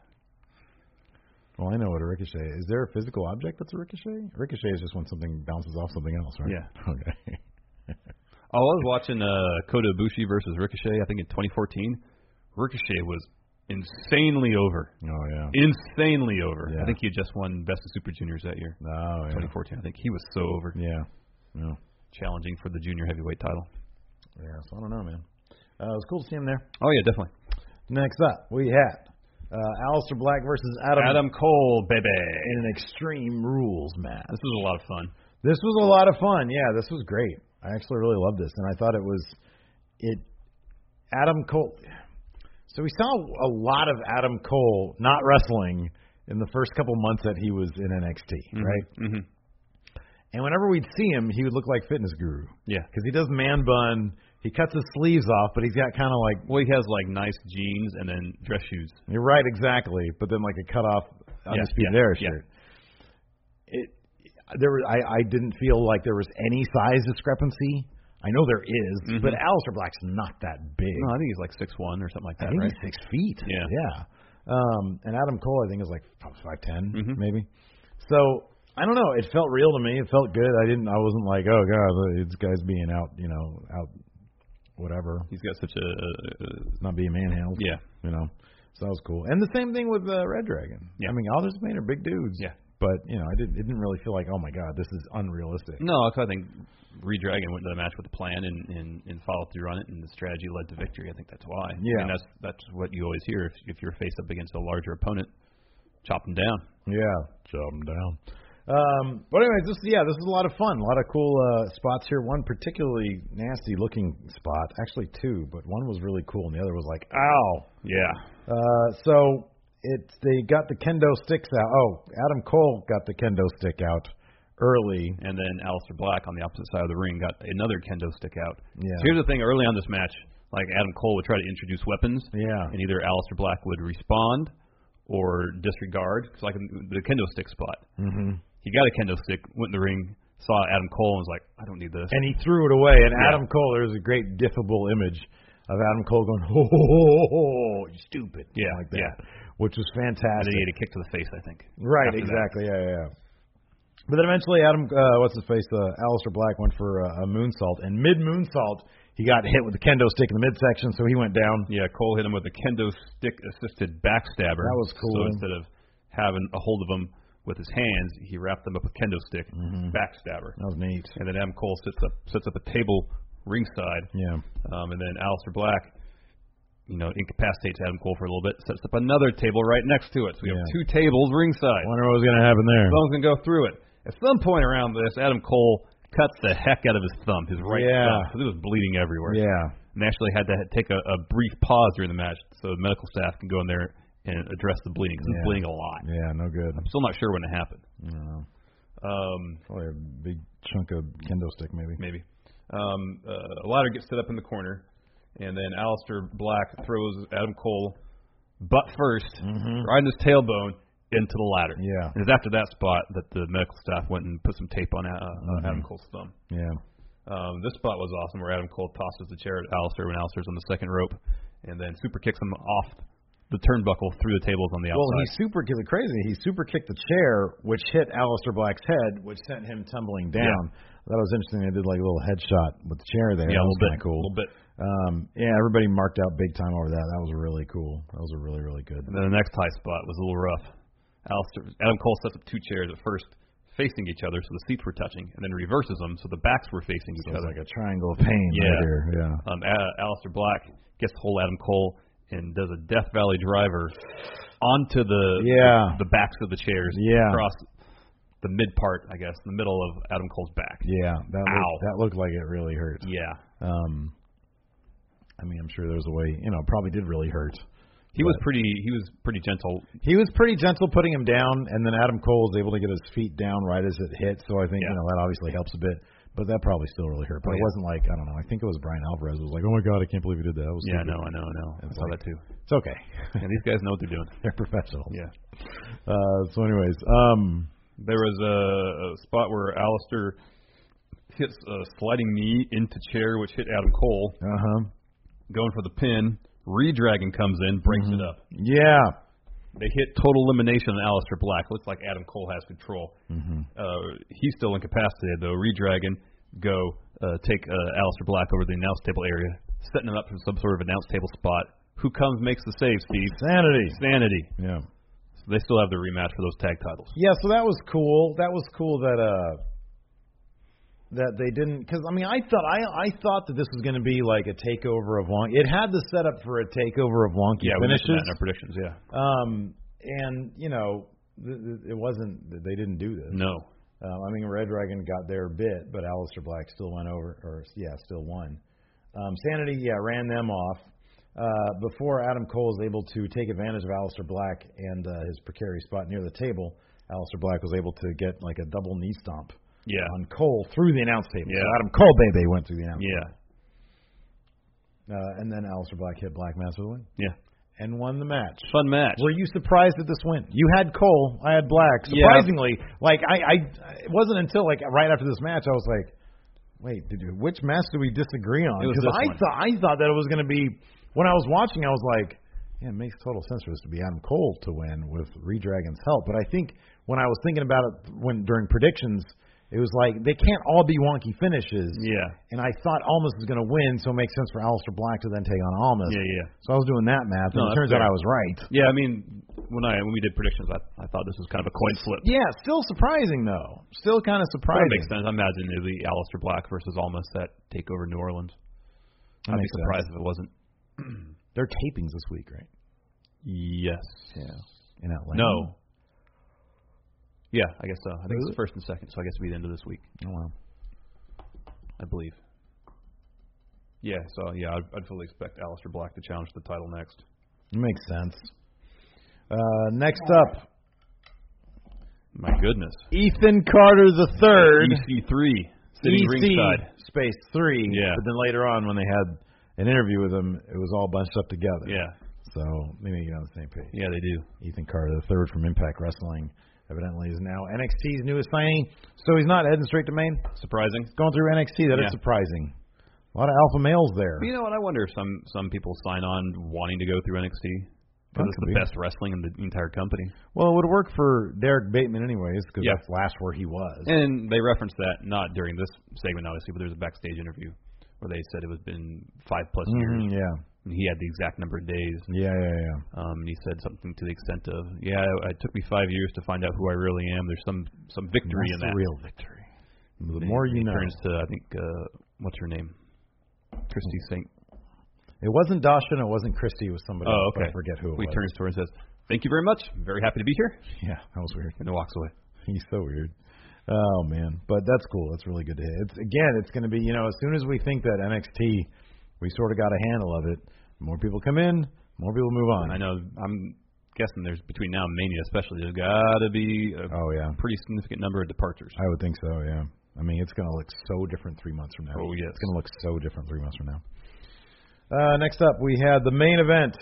Speaker 3: Well, I know what a ricochet is. Is there a physical object that's a ricochet? Ricochet is just when something bounces off something else, right?
Speaker 4: Yeah.
Speaker 3: Okay.
Speaker 4: Oh, I was watching uh, Kota Ibushi versus Ricochet. I think in 2014, Ricochet was insanely over,
Speaker 3: oh yeah.
Speaker 4: insanely over.
Speaker 3: Yeah.
Speaker 4: I think he had just won Best of Super Juniors that year,
Speaker 3: Oh yeah.
Speaker 4: 2014. I think he was so over,
Speaker 3: Yeah. Yeah.
Speaker 4: challenging for the junior heavyweight title.
Speaker 3: Yeah. So I don't know, man. Uh, it was cool to see him there.
Speaker 4: Oh yeah, definitely.
Speaker 3: Next up, we had uh, Alistair Black versus Adam,
Speaker 4: Adam Cole, baby.
Speaker 3: in an Extreme Rules match.
Speaker 4: This was a lot of fun.
Speaker 3: This was a lot of fun. Yeah, this was great. I actually really loved this, and I thought it was it. Adam Cole. So we saw a lot of Adam Cole not wrestling in the first couple months that he was in NXT, right?
Speaker 4: Mm-hmm.
Speaker 3: And whenever we'd see him, he would look like fitness guru
Speaker 4: Yeah.
Speaker 3: because he does man bun. He cuts his sleeves off, but he's got kind of like
Speaker 4: Well, he has like nice jeans and then dress shoes.
Speaker 3: You're right, exactly. But then like a cut off undisputed
Speaker 4: yeah,
Speaker 3: era
Speaker 4: yeah.
Speaker 3: shirt. It there was I, I didn't feel like there was any size discrepancy. I know there is,
Speaker 4: Mhm.
Speaker 3: but Alistair Black's not that big.
Speaker 4: No, I think he's like six one or something like
Speaker 3: I
Speaker 4: that,
Speaker 3: think
Speaker 4: right?
Speaker 3: he's six feet.
Speaker 4: Yeah.
Speaker 3: Yeah. Um and Adam Cole I think is like five
Speaker 4: Mhm.
Speaker 3: maybe. So I don't know. It felt real to me. It felt good. I didn't I wasn't like, oh god, this guy's being out, you know, out whatever.
Speaker 4: He's got such a uh,
Speaker 3: Not being manhandled.
Speaker 4: yeah.
Speaker 3: You know, so that was cool. And the same thing with uh, Red Dragon.
Speaker 4: Yeah.
Speaker 3: I mean, all those men are big dudes.
Speaker 4: Yeah.
Speaker 3: But you know, I didn't it didn't really feel like, oh my god, this is unrealistic.
Speaker 4: No, 'cause I think Redragon went to the match with a plan and, and, and followed through on it, and the strategy led to victory. I think that's why.
Speaker 3: Yeah.
Speaker 4: and that's that's what you always hear if, if you're faced up against a larger opponent, chop them down.
Speaker 3: Yeah, chop them down. Um, but anyways, this yeah, this is a lot of fun. A lot of cool uh, spots here. One particularly nasty looking spot, actually two, but one was really cool, and the other was like, ow.
Speaker 4: Yeah,
Speaker 3: Uh, so it they got the kendo sticks out. Oh, Adam Cole got the kendo stick out early.
Speaker 4: and then Alistair Black on the opposite side of the ring got another kendo stick out.
Speaker 3: Yeah.
Speaker 4: So here's the thing: early on this match, like Adam Cole would try to introduce weapons,
Speaker 3: Yeah.
Speaker 4: and either Alistair Black would respond or disregard, 'cause like in the kendo stick spot.
Speaker 3: Mm-hmm.
Speaker 4: He got a kendo stick, went in the ring, saw Adam Cole, and was like, "I don't need this."
Speaker 3: and he threw it away. And
Speaker 4: Yeah.
Speaker 3: Adam Cole, there's a great diffable image of Adam Cole going, "Ho ho ho, ho, ho you stupid,"
Speaker 4: Yeah,
Speaker 3: like that,
Speaker 4: yeah.
Speaker 3: which was
Speaker 4: And then
Speaker 3: fantastic.
Speaker 4: he had a kick to the face, I think.
Speaker 3: Right,
Speaker 4: after that.
Speaker 3: exactly, yeah, yeah. yeah. But then eventually, Adam, uh, what's his face, uh, Alistair Black went for uh, a moonsault, and mid moonsault, he got hit with a kendo stick in the midsection, so he went down.
Speaker 4: Yeah, Cole hit him with a kendo stick assisted backstabber.
Speaker 3: That was cool.
Speaker 4: So instead of having a hold of him with his hands, he wrapped them up with kendo stick
Speaker 3: Mm-hmm.
Speaker 4: backstabber.
Speaker 3: That was neat.
Speaker 4: And then Adam Cole sits up sets up a table ringside.
Speaker 3: Yeah,
Speaker 4: Um, and then Alistair Black, you know, incapacitates Adam Cole for a little bit, sets up another table right next to it. So we have
Speaker 3: Yeah.
Speaker 4: two tables ringside.
Speaker 3: wonder what was gonna happen there.
Speaker 4: Someone's gonna go through it. At some point around this, Adam Cole cuts the heck out of his thumb, his right
Speaker 3: Yeah.
Speaker 4: thumb, because it was bleeding everywhere
Speaker 3: Yeah,
Speaker 4: and they actually had to take a, a brief pause during the match so the medical staff can go in there and address the bleeding. 'cause
Speaker 3: Yeah.
Speaker 4: It's bleeding a lot.
Speaker 3: yeah, no good.
Speaker 4: I'm still not sure when it happened.
Speaker 3: No.
Speaker 4: Um,
Speaker 3: Probably a big chunk of kendo stick, maybe.
Speaker 4: maybe. Um, uh, Ladder gets set up in the corner, and then Alistair Black throws Adam Cole butt 1st riding his tailbone into the ladder.
Speaker 3: Mm-hmm. Yeah.
Speaker 4: And it's after that spot that the medical staff went and put some tape on uh,
Speaker 3: Mm-hmm.
Speaker 4: uh Adam Cole's thumb.
Speaker 3: Yeah.
Speaker 4: Um, this spot was awesome where Adam Cole tosses the chair at Alistair when Alistair's on the second rope and then super kicks him off the turnbuckle through the tables on the outside.
Speaker 3: Well, he super because it's crazy. He super kicked the chair, which hit Alistair Black's head, which sent him tumbling down. That was interesting. They did like a little headshot with the chair there.
Speaker 4: yeah,
Speaker 3: that
Speaker 4: a
Speaker 3: was
Speaker 4: little
Speaker 3: kinda
Speaker 4: bit,
Speaker 3: cool.
Speaker 4: a little bit.
Speaker 3: Um, yeah, everybody marked out big time over that. That was really cool. That was a really really good.
Speaker 4: And then the next high spot was a little rough. Alistair, Adam Cole sets up two chairs at first facing each other, so the seats were touching, and then reverses them so the backs were facing each
Speaker 3: It was
Speaker 4: other.
Speaker 3: like a triangle of pain right
Speaker 4: Yeah.
Speaker 3: here. Yeah.
Speaker 4: Um, A- Alistair Black gets a hold of Adam Cole and does a Death Valley driver onto the
Speaker 3: Yeah.
Speaker 4: the, backs of the chairs
Speaker 3: Yeah.
Speaker 4: across the mid part, I guess, the middle of Adam Cole's back.
Speaker 3: Yeah, that
Speaker 4: Ow.
Speaker 3: looked, that looked like it really hurt.
Speaker 4: Yeah.
Speaker 3: Um, I mean, I'm sure there's a way. You know, it probably did really hurt.
Speaker 4: He was pretty he was pretty gentle.
Speaker 3: He was pretty gentle putting him down, and then Adam Cole was able to get his feet down right as it hit. So I think you
Speaker 4: Yeah. Oh,
Speaker 3: know that obviously helps a bit, but that probably still really hurt. But it
Speaker 4: yeah.
Speaker 3: wasn't like I don't know. I think it was Brian Alvarez was like, "Oh my god, I can't believe he did that." that was
Speaker 4: Yeah, I
Speaker 3: stupid."
Speaker 4: know, I know, I know. I
Speaker 3: It's
Speaker 4: saw
Speaker 3: like-
Speaker 4: that too.
Speaker 3: It's okay.
Speaker 4: Yeah, these guys know what they're doing.
Speaker 3: They're professionals.
Speaker 4: Yeah.
Speaker 3: Uh, so, anyways, um,
Speaker 4: There was a, a spot where Alistair hits a sliding knee into chair, which hit Adam Cole,
Speaker 3: uh huh.
Speaker 4: going for the pin. Redragon comes in, breaks
Speaker 3: Mm-hmm.
Speaker 4: it up.
Speaker 3: Yeah.
Speaker 4: They hit total elimination on Alistair Black. Looks like Adam Cole has control. Mm-hmm. Uh, he's still incapacitated though. Redragon go uh, take uh, Alistair Black over to the announce table area, setting him up for some sort of announce table spot. Who comes makes the save? Steve
Speaker 3: Sanity.
Speaker 4: Sanity.
Speaker 3: Yeah.
Speaker 4: So they still have the rematch for those tag titles.
Speaker 3: Yeah, so that was cool. That was cool that uh that they didn't because I mean I thought I I thought that this was going to be like a takeover of Wonky. It had the setup for a takeover of Wonky
Speaker 4: Yeah, we mentioned
Speaker 3: finishes.
Speaker 4: that in our predictions. Yeah.
Speaker 3: Um, and you know th- th- it wasn't that they didn't do this.
Speaker 4: No.
Speaker 3: Um, I mean Red Dragon got their bit, but Alistair Black still went over, or yeah, still won. Um, Sanity, yeah, ran them off. Uh, before Adam Cole was able to take advantage of Alistair Black and uh, his precarious spot near the table, Alistair Black was able to get like a double knee stomp
Speaker 4: Yeah.
Speaker 3: on Cole through the announce table.
Speaker 4: Yeah.
Speaker 3: So Adam Cole, baby, went through the announce
Speaker 4: Yeah.
Speaker 3: table. Uh, and then Alistair Black hit Black Mass with a win
Speaker 4: Yeah.
Speaker 3: and won the match.
Speaker 4: Fun match.
Speaker 3: Were you surprised at this win? You had Cole, I had Black.
Speaker 4: Yeah.
Speaker 3: Surprisingly, like I, I, it wasn't until like right after this match I was like, wait, did you, which match do we disagree on?
Speaker 4: It was
Speaker 3: Because
Speaker 4: this
Speaker 3: I
Speaker 4: one.
Speaker 3: thought I thought that it was going to be when I was watching, I was like, yeah, it makes total sense for this to be Adam Cole to win with Redragon's help. But I think when I was thinking about it when during predictions, it was like they can't all be wonky finishes.
Speaker 4: Yeah.
Speaker 3: And I thought Almas was going to win, so it makes sense for Alistair Black to then take on Almas.
Speaker 4: Yeah, yeah.
Speaker 3: So I was doing that math, and it
Speaker 4: No, that's
Speaker 3: turns out I
Speaker 4: fair.
Speaker 3: was right.
Speaker 4: Yeah, I mean, when I when we did predictions, I I thought this was kind of a coin flip.
Speaker 3: Yeah, still surprising though. Still kind of
Speaker 4: That
Speaker 3: surprising.
Speaker 4: makes sense. I imagine it'd be Alistair Black versus Almas at Takeover New Orleans.
Speaker 3: That
Speaker 4: I'd be
Speaker 3: makes sense.
Speaker 4: surprised if it wasn't.
Speaker 3: They're tapings this week, right?
Speaker 4: Yes.
Speaker 3: In Atlanta.
Speaker 4: No. Yeah, I guess so. I think it's first and second, so I guess it'd be the end of this week,
Speaker 3: Oh wow.
Speaker 4: I believe. Yeah, so yeah, I'd, I'd fully expect Alistair Black to challenge the title next.
Speaker 3: It makes sense. Uh, next up,
Speaker 4: My goodness.
Speaker 3: Ethan Carter the third. E
Speaker 4: EC3 sitting
Speaker 3: EC
Speaker 4: ringside.
Speaker 3: space three.
Speaker 4: Yeah.
Speaker 3: But then later on, when they had an interview with him, it was all bunched up together.
Speaker 4: Yeah,
Speaker 3: So they need to get on the same page.
Speaker 4: yeah, they do.
Speaker 3: Ethan Carter the third from Impact Wrestling, evidently is now NXT's newest signing. So he's not heading straight to Maine.
Speaker 4: Surprising.
Speaker 3: Going through NXT. That is
Speaker 4: Yeah.
Speaker 3: surprising. A lot of alpha males there.
Speaker 4: You know what? I wonder if some some people sign on wanting to go through NXT
Speaker 3: That
Speaker 4: because it's
Speaker 3: could
Speaker 4: the
Speaker 3: be.
Speaker 4: best wrestling in the entire company.
Speaker 3: Well, it would work for Derek Bateman anyways, because
Speaker 4: Yeah.
Speaker 3: that's last where he was.
Speaker 4: And they referenced that not during this segment, obviously, but there's a backstage interview where they said it was been five plus
Speaker 3: Mhm,
Speaker 4: years.
Speaker 3: yeah,
Speaker 4: And he had the exact number of days.
Speaker 3: yeah, yeah, yeah.
Speaker 4: Um, and he said something to the extent of, "Yeah, it took me five years to find out who I really am. There's some some victory
Speaker 3: That's
Speaker 4: in
Speaker 3: the
Speaker 4: that."
Speaker 3: real victory. The
Speaker 4: And
Speaker 3: more
Speaker 4: he
Speaker 3: you know.
Speaker 4: Turns to I think uh, what's her name, Christy Saint.
Speaker 3: It wasn't Dasha, and it wasn't Christy. It was somebody.
Speaker 4: Oh,
Speaker 3: else, but
Speaker 4: okay.
Speaker 3: I forget who it
Speaker 4: He
Speaker 3: was.
Speaker 4: turns to her and says, "Thank you very much. Very happy to be here."
Speaker 3: Yeah, that was weird.
Speaker 4: And then walks away.
Speaker 3: He's so weird. Oh man, but that's cool. That's really good to hear. It's again, it's going to be you know as soon as we think that NXT, we sort of got a handle of it. More people come in, more people move on.
Speaker 4: I know. I'm guessing there's between now and Mania, especially, there's got to be a
Speaker 3: Oh yeah,
Speaker 4: pretty significant number of departures.
Speaker 3: I would think so. Yeah. I mean, it's going to look so different three months from now.
Speaker 4: Oh, yes.
Speaker 3: It's going to look so different three months from now. Uh, next up, we had the main event.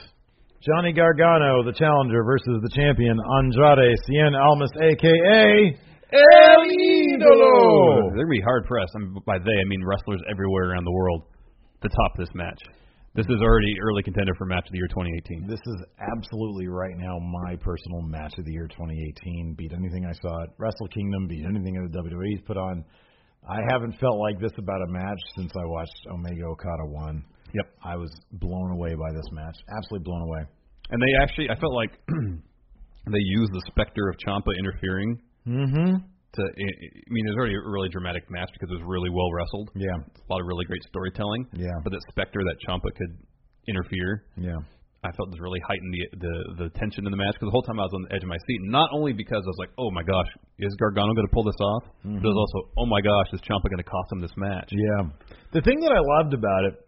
Speaker 3: Johnny Gargano, the challenger, versus the champion Andrade Cien Almas, a.k.a. El
Speaker 4: They're going to be hard pressed. And by they, I mean wrestlers everywhere around the world to top this match. This is already early contender for match of the year 2018.
Speaker 3: This is absolutely right now my personal match of the year 2018. Beat anything I saw at Wrestle Kingdom, beat anything that the WWE's put on. I haven't felt like this about a match since I watched Omega Okada 1.
Speaker 4: Yep.
Speaker 3: I was blown away by this match. Absolutely blown away.
Speaker 4: And they actually, I felt like they used the specter of Champa interfering
Speaker 3: Mm-hmm.
Speaker 4: to. I I mean, it was already a really dramatic match because it was really well wrestled.
Speaker 3: Yeah.
Speaker 4: A lot of really great storytelling.
Speaker 3: Yeah.
Speaker 4: But the specter that Champa could interfere,
Speaker 3: Yeah.
Speaker 4: I felt this really heightened the the, the tension in the match because the whole time I was on the edge of my seat. Not only because I was like, oh my gosh, is Gargano going to pull this off? But it was also, oh my gosh, is Champa going to cost him this match?
Speaker 3: Yeah. The thing that I loved about it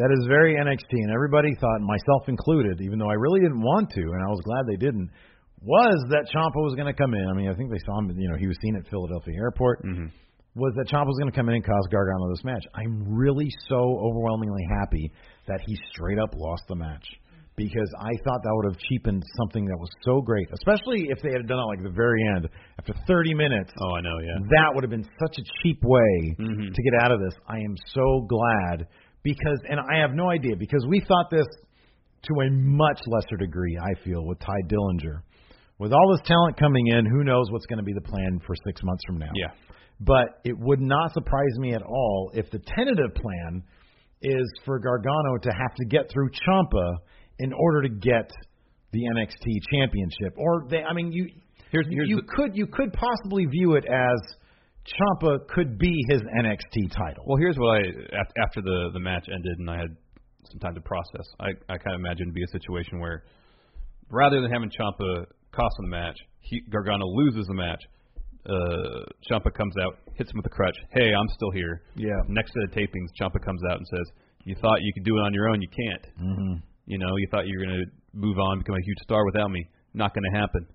Speaker 3: that is very NXT, and everybody thought, myself included, even though I really didn't want to, and I was glad they didn't, was that Champa was going to come in. I mean, I think they saw him, you know, he was seen at Philadelphia Airport. Mm-hmm. Was that Champa was going to come in and cause Gargano this match? I'm really so overwhelmingly happy that he straight up lost the match because I thought that would have cheapened something that was so great, especially if they had done it like the very end after 30 minutes
Speaker 4: Oh, I know, yeah. Mm-hmm.
Speaker 3: that would have been such a cheap way to get out of this. I am so glad because, and I have no idea because we thought this to a much lesser degree. I feel with Ty Dillinger, with all this talent coming in, who knows what's going to be the plan for six months from now?
Speaker 4: Yeah.
Speaker 3: but it would not surprise me at all if the tentative plan is for Gargano to have to get through Champa in order to get the NXT championship. Or they I mean you
Speaker 4: Here's- here's
Speaker 3: you
Speaker 4: the-
Speaker 3: could you could possibly view it as Champa could be his NXT title.
Speaker 4: Well, here's what I af- after the the match ended and I had some time to process. I I kind of imagined it'd be a situation where rather than having Champa cost him the match, he, Gargano loses the match. Uh, Champa comes out, hits him with a crutch. Hey, I'm still here.
Speaker 3: Yeah.
Speaker 4: Next to the tapings, Champa comes out and says, "You thought you could do it on your own. You can't. Mm-hmm. You know, you thought you were gonna move on, become a huge star without me. Not gonna happen.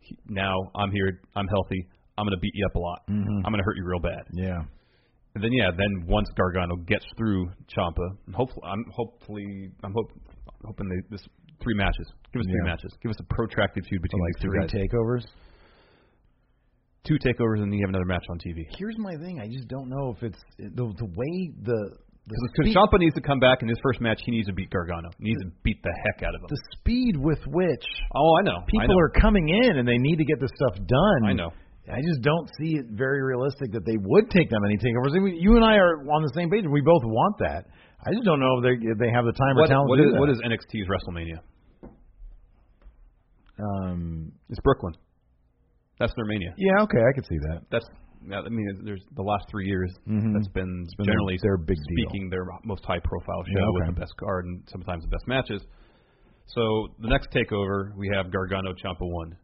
Speaker 4: He, now I'm here. I'm healthy. I'm gonna beat you up a lot. I'm gonna hurt you real bad.
Speaker 3: yeah.
Speaker 4: And then yeah, then once Gargano gets through Champa, hopefully I'm hopefully I'm hope, hoping they, this three matches. Give us three
Speaker 3: Yeah.
Speaker 4: matches. Give us a protracted feud between
Speaker 3: Like
Speaker 4: these two
Speaker 3: three
Speaker 4: guys.
Speaker 3: takeovers.
Speaker 4: two takeovers, and then you have another match on TV.
Speaker 3: Here's my thing. I just don't know if it's the the way the the
Speaker 4: Because Champa needs to come back in his first match. He needs to beat Gargano. He needs to beat the heck out of him.
Speaker 3: the speed with which
Speaker 4: oh, I know. I
Speaker 3: people
Speaker 4: know.
Speaker 3: are coming in and they need to get this stuff done.
Speaker 4: I know.
Speaker 3: I just don't see it very realistic that they would take that many takeovers. I mean, You and I are on the same page. We both want that. I just don't know if they if they have the time or
Speaker 4: What,
Speaker 3: talent
Speaker 4: what,
Speaker 3: to do
Speaker 4: is,
Speaker 3: that.
Speaker 4: what is NXT's WrestleMania?
Speaker 3: um,
Speaker 4: It's Brooklyn. That's their mania.
Speaker 3: yeah, okay, I could see that.
Speaker 4: That's I mean, there's the last three years
Speaker 3: Mhm.
Speaker 4: that's been,
Speaker 3: been
Speaker 4: generally
Speaker 3: their- their big deal.
Speaker 4: speaking their most high profile show
Speaker 3: Yeah, okay.
Speaker 4: with the best card and sometimes the best matches. So the next takeover we have Gargano Champa one,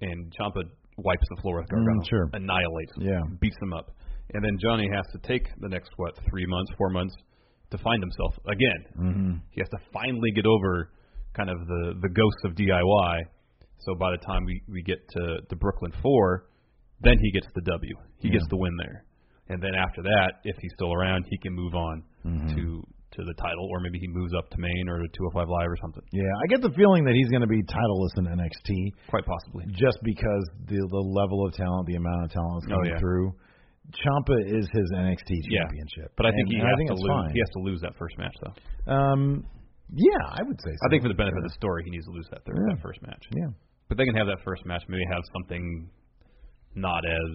Speaker 4: and Champa wipes the floor with Gargano,
Speaker 3: Mm-hmm. Mm, sure.
Speaker 4: annihilates, him,
Speaker 3: Yeah.
Speaker 4: beats him up, and then Johnny has to take the next what three months, four months to find himself again.
Speaker 3: Mm-hmm.
Speaker 4: He has to finally get over kind of the the ghosts of DIY. So by the time we we get to to Brooklyn four, then he gets the W. He gets the win there, and then after that, if he's still around, he can move on
Speaker 3: Mm-hmm.
Speaker 4: to to the title, or maybe he moves up to Maine or to 205 Live or something.
Speaker 3: Yeah, I get the feeling that he's going to be titleless in NXT
Speaker 4: Quite possibly.
Speaker 3: just because the the level of talent, the amount of talent that's
Speaker 4: Oh,
Speaker 3: coming
Speaker 4: yeah.
Speaker 3: through. Champa is his NXT
Speaker 4: Yeah.
Speaker 3: championship,
Speaker 4: But I think
Speaker 3: And-
Speaker 4: he
Speaker 3: and
Speaker 4: has
Speaker 3: I think
Speaker 4: to
Speaker 3: it's
Speaker 4: lose.
Speaker 3: fine.
Speaker 4: He has to lose that first match though.
Speaker 3: Um, yeah, I would say. So.
Speaker 4: I think for the benefit of the story, he needs to lose that third
Speaker 3: Yeah.
Speaker 4: that first match.
Speaker 3: yeah.
Speaker 4: But they can have that first match. Maybe have something not as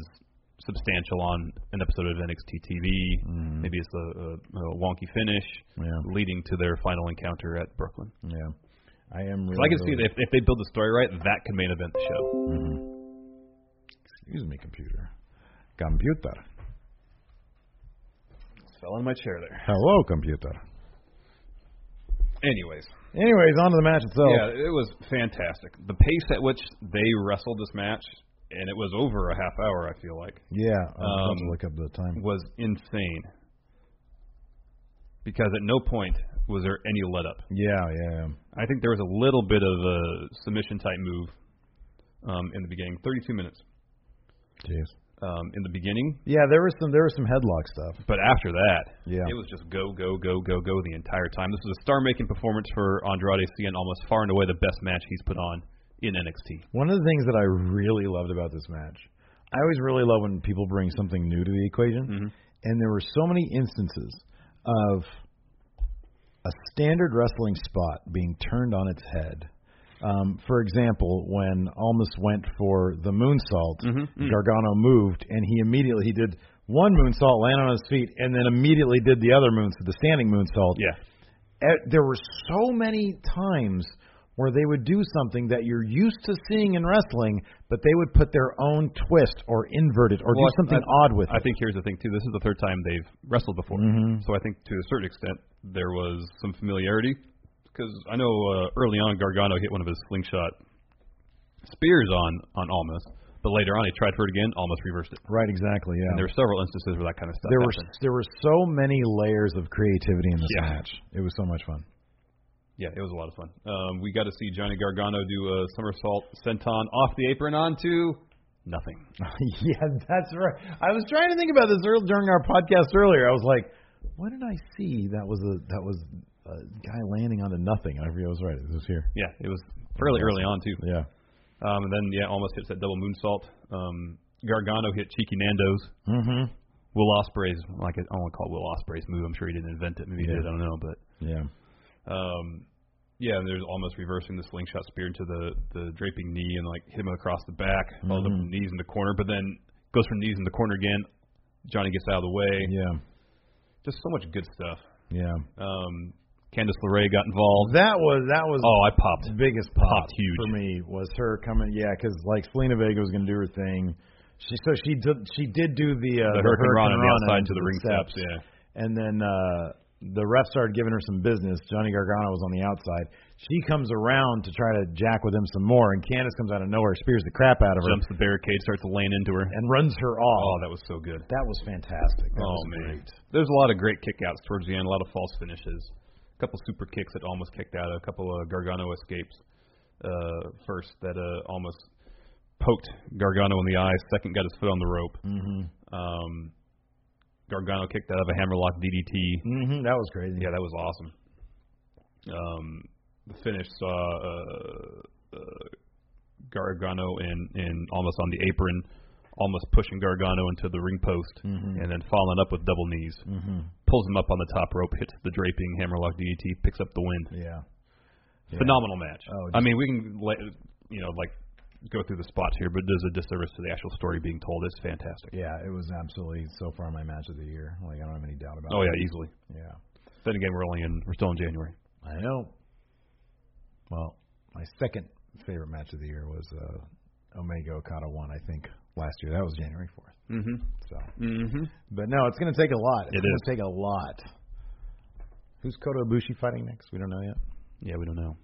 Speaker 4: substantial on an episode of NXT TV. Maybe it's a, a, a wonky finish
Speaker 3: Mm. Yeah.
Speaker 4: leading to their final encounter at Brooklyn.
Speaker 3: Yeah. I am really
Speaker 4: So I can see
Speaker 3: really-
Speaker 4: that if, if they build the story right, that could main event the show.
Speaker 3: Excuse me, computer. Computer.
Speaker 4: Fell in my chair there.
Speaker 3: Hello, computer.
Speaker 4: Anyways,
Speaker 3: Anyways, on to the match itself.
Speaker 4: yeah, it was fantastic. The pace at which they wrestled this match, and it was over a half hour. I feel like
Speaker 3: Yeah. I'll have to
Speaker 4: Um,
Speaker 3: look up the time.
Speaker 4: was insane because at no point was there any let up.
Speaker 3: Yeah, yeah.
Speaker 4: I think there was a little bit of a submission type move um, in the beginning. 32 minutes.
Speaker 3: Jeez.
Speaker 4: um, in the beginning,
Speaker 3: Yeah, there was some there was some headlock stuff.
Speaker 4: but after that,
Speaker 3: Yeah.
Speaker 4: it was just go, go, go, go, go the entire time. This was a star-making performance for Andrade Cien, almost far and away the best match he's put on in NXT.
Speaker 3: One of the things that I really loved about this match, I always really love when people bring something new to the equation, and there were so many instances of a standard wrestling spot being turned on its head. Um, for example, when Almas went for the moonsault, Gargano moved, and he immediately he did one moonsault, landed on his feet, and then immediately did the other moonsault, the standing moonsault.
Speaker 4: Yeah.
Speaker 3: Eh, there were so many times where they would do something that you're used to seeing in wrestling, but they would put their own twist or invert it or
Speaker 4: Well,
Speaker 3: do something
Speaker 4: I-
Speaker 3: odd with
Speaker 4: I
Speaker 3: it.
Speaker 4: think here's the thing too. This is the third time they've wrestled before,
Speaker 3: Mm-hmm.
Speaker 4: so I think to a certain extent there was some familiarity because I know uh, early on Gargano hit one of his slingshot spears on on Almas, but later on he tried for it again, almost reversed it.
Speaker 3: Right, exactly. Yeah.
Speaker 4: And there were several instances where that kind of stuff
Speaker 3: there were
Speaker 4: happened.
Speaker 3: there were so many layers of creativity in this
Speaker 4: Yeah.
Speaker 3: match. It was so much fun.
Speaker 4: Yeah, it was a lot of fun. Um, we got to see Johnny Gargano do a somersault senton off the apron onto nothing.
Speaker 3: yeah, that's right. I was trying to think about this earl- during our podcast earlier. I was like, what did I see? That was a that was a guy landing onto nothing. I forget I was right. It was here.
Speaker 4: Yeah, it was fairly early on too.
Speaker 3: Yeah.
Speaker 4: Um, and then yeah, almost hits that double moonsault. Um, Gargano hit Cheeky Nando's.
Speaker 3: Mhm.
Speaker 4: Will Ospreay's like I don't want to call it Will Ospreay's move. I'm sure he didn't invent it. Maybe he
Speaker 3: Yeah.
Speaker 4: did. I don't know. But
Speaker 3: Yeah.
Speaker 4: um, yeah, and there's almost reversing the slingshot spear into the the draping knee and like hit him across the back. Follows
Speaker 3: Mm-hmm.
Speaker 4: up with knees in the corner, but then goes from knees in the corner again. Johnny gets out of the way.
Speaker 3: Yeah.
Speaker 4: Just so much good stuff.
Speaker 3: Yeah.
Speaker 4: Um, Candice LeRae got involved.
Speaker 3: That was that was
Speaker 4: Oh, I popped.
Speaker 3: the biggest pop
Speaker 4: Popped huge.
Speaker 3: for me was her coming. Yeah, because like Selena Vega was going to do her thing. She so she did she did do the uh,
Speaker 4: The Hurricane Rana on the
Speaker 3: Rana
Speaker 4: outside
Speaker 3: into
Speaker 4: to the ring steps,
Speaker 3: Yeah, and then uh the ref started giving her some business. Johnny Gargano was on the outside. She comes around to try to jack with him some more, and Candice comes out of nowhere, spears the crap out of her,
Speaker 4: Jumps the barricade, starts laying into her.
Speaker 3: and runs her
Speaker 4: Oh,
Speaker 3: off.
Speaker 4: that was so good.
Speaker 3: that was fantastic. That
Speaker 4: oh
Speaker 3: was
Speaker 4: man,
Speaker 3: great.
Speaker 4: there's a lot of great kickouts towards the end. A lot of false finishes, a couple super kicks that almost kicked out, a couple of Gargano escapes. Uh, first that uh, almost poked Gargano in the eye. Second got his foot on the rope. Mm-hmm. Um, Gargano kicked out of a hammerlock DDT.
Speaker 3: hmm that was crazy.
Speaker 4: Yeah, that was awesome. Um, the finish saw uh, uh, Gargano and and almost on the apron, almost pushing Gargano into the ring post,
Speaker 3: Mm-hmm.
Speaker 4: and then following up with double knees. Mm-hmm. Pulls him up on the top rope, hits the draping hammerlock DDT, picks up the win.
Speaker 3: yeah.
Speaker 4: Phenomenal match.
Speaker 3: Oh,
Speaker 4: I mean, we can let, you know like go through the spots here, but there's a disservice to the actual story being told. It's fantastic.
Speaker 3: Yeah, it was absolutely so far my match of the year. Like I don't have any doubt about
Speaker 4: Oh
Speaker 3: it.
Speaker 4: yeah, easily.
Speaker 3: Yeah.
Speaker 4: Then again, we're only in we're still in January.
Speaker 3: I know. Well, my second favorite match of the year was uh, Omega Okada one. I think last year that was January fourth.
Speaker 4: Mm-hmm.
Speaker 3: So,
Speaker 4: Mm-hmm.
Speaker 3: but no, it's going to take a lot. It's
Speaker 4: It
Speaker 3: going
Speaker 4: is.
Speaker 3: to take a lot. Who's Kota Ibushi fighting next? We don't know yet.
Speaker 4: Yeah, we don't know.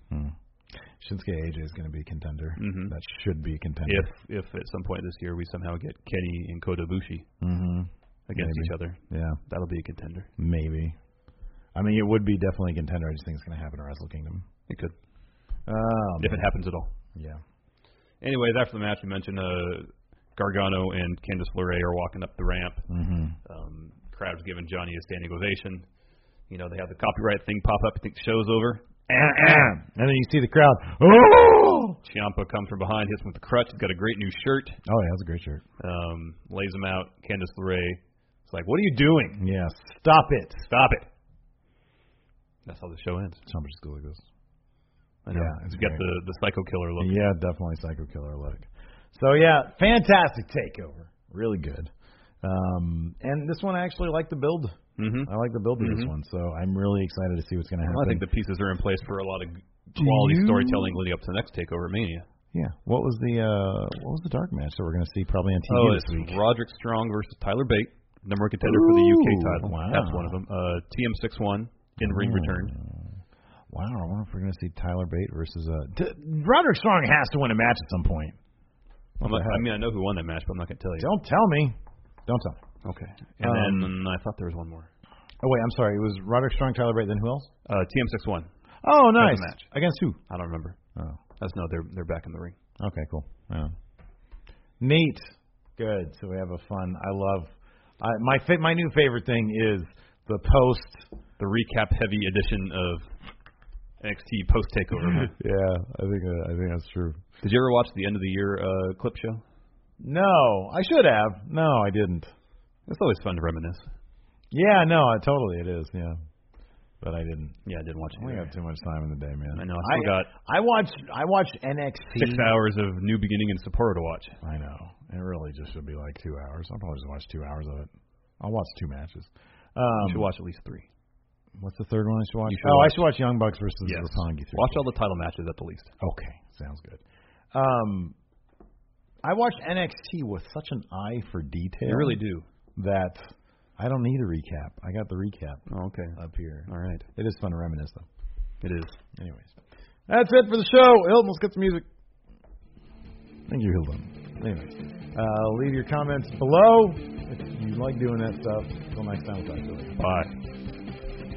Speaker 3: Shinsuke AJ is going to be a contender.
Speaker 4: Mhm.
Speaker 3: That should be a contender.
Speaker 4: if if at some point this year we somehow get Kenny and Kota Ibushi
Speaker 3: Mm-hmm.
Speaker 4: against
Speaker 3: Maybe.
Speaker 4: each other,
Speaker 3: Yeah,
Speaker 4: that'll be a contender.
Speaker 3: maybe. I mean, it would be definitely a contender. I just think it's going to happen at Wrestle Kingdom.
Speaker 4: It could,
Speaker 3: Um,
Speaker 4: if it happens at all.
Speaker 3: yeah.
Speaker 4: Anyways, after the match, we mentioned uh, Gargano and Candice LeRae are walking up the ramp.
Speaker 3: Mm-hmm.
Speaker 4: Um, crowd's giving Johnny a standing ovation. You know, they have the copyright thing pop up. I think the show's over.
Speaker 3: and then you see the crowd. Oh,
Speaker 4: Ciampa comes from behind, hits him with the crutch. He's got a great new shirt.
Speaker 3: Oh yeah, that's a great shirt.
Speaker 4: Um, lays him out. Candice LeRae is like, "What are you doing?
Speaker 3: Yeah, stop it.
Speaker 4: Stop it!" That's how the show ends.
Speaker 3: Somebody's cool like this.
Speaker 4: I know.
Speaker 3: Yeah, it's
Speaker 4: it's got
Speaker 3: great.
Speaker 4: the the psycho killer look.
Speaker 3: Yeah, definitely psycho killer look. So yeah, fantastic takeover. Really good. Um, and this one I actually like the build.
Speaker 4: Mm-hmm.
Speaker 3: I like the build of this
Speaker 4: Mhm.
Speaker 3: one, so I'm really excited to see what's going to happen.
Speaker 4: Well, I think the pieces are in place for a lot of quality
Speaker 3: you-
Speaker 4: storytelling leading up to the next Takeover Mania.
Speaker 3: yeah. What was the uh, what was the dark match that we're going to see probably on TV
Speaker 4: Oh,
Speaker 3: this
Speaker 4: it's
Speaker 3: week?
Speaker 4: Roderick Strong versus Tyler Bate, number one contender for the UK
Speaker 3: Ooh,
Speaker 4: title.
Speaker 3: wow.
Speaker 4: That's one of them. Uh, TM61 in ring return.
Speaker 3: Wow, I wonder if we're going to see Tyler Bate versus uh, D- Roderick Strong has to win a match at some point. What the
Speaker 4: I'm not, I
Speaker 3: heck?
Speaker 4: mean, I know who won that match, but I'm not going to tell you.
Speaker 3: don't tell me. Don't tell me.
Speaker 4: Okay.
Speaker 3: Um,
Speaker 4: And then I thought there was one more.
Speaker 3: Oh wait, I'm sorry. It was Roderick Strong, Tyler Bate, then who else?
Speaker 4: Uh, TM61.
Speaker 3: Oh, nice.
Speaker 4: That's a match.
Speaker 3: Against who?
Speaker 4: I don't remember.
Speaker 3: Oh,
Speaker 4: That's no, they're they're back in the ring.
Speaker 3: okay, cool. Yeah. Neat. Good. So we have a fun. I love. I, my fa- my new favorite thing is the post.
Speaker 4: The recap heavy edition of NXT post takeover.
Speaker 3: Yeah, I think uh, I think that's true.
Speaker 4: Did you ever watch the end of the year uh, clip show?
Speaker 3: No, I should have. No, I didn't.
Speaker 4: It's always fun to reminisce.
Speaker 3: Yeah, no, I, totally it is. Yeah, but I didn't.
Speaker 4: Yeah, I didn't watch it.
Speaker 3: We
Speaker 4: either.
Speaker 3: have too much time in the day, man.
Speaker 4: I know. I still got
Speaker 3: Oh, I watched. I watched NXT.
Speaker 4: six hours of New Beginning and Sapporo to watch.
Speaker 3: I know. It really just should be like two hours. I'll probably just watch two hours of it. I'll watch two matches.
Speaker 4: You should
Speaker 3: Um,
Speaker 4: watch at least three.
Speaker 3: what's the third one I should watch?
Speaker 4: You
Speaker 3: oh,
Speaker 4: should
Speaker 3: I
Speaker 4: watch-
Speaker 3: should watch Young Bucks versus Roppongi. three.
Speaker 4: Watch all the title matches at the least.
Speaker 3: Okay, sounds good. Um, I watch NXT with such an eye for detail.
Speaker 4: They really do.
Speaker 3: That I don't need a recap. I got the recap
Speaker 4: Oh, okay.
Speaker 3: up here.
Speaker 4: All right.
Speaker 3: It is fun to reminisce, though.
Speaker 4: It is.
Speaker 3: Anyways, that's it for the show. Hilton, let's get some music. Thank you, Hilton. Anyways, uh, leave your comments below if you like doing that stuff. Until next time, we'll talk to you later.
Speaker 4: Bye.